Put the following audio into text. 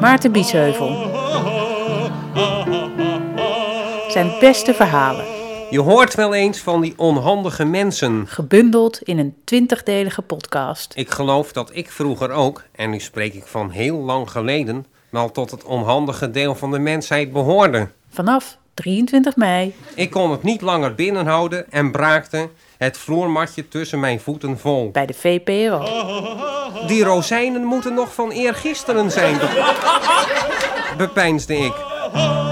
Maarten Biesheuvel. Zijn beste verhalen, Je hoort wel eens van die onhandige mensen. gebundeld in een twintigdelige podcast. Ik geloof dat ik vroeger ook, en nu spreek ik van heel lang geleden, wel tot het onhandige deel van de mensheid behoorde. Vanaf 23 mei. Ik kon het niet langer binnenhouden en braakte het vloermatje tussen mijn voeten vol. bij de VPRO. Die rozijnen moeten nog van eergisteren zijn, be- bepeinsde ik.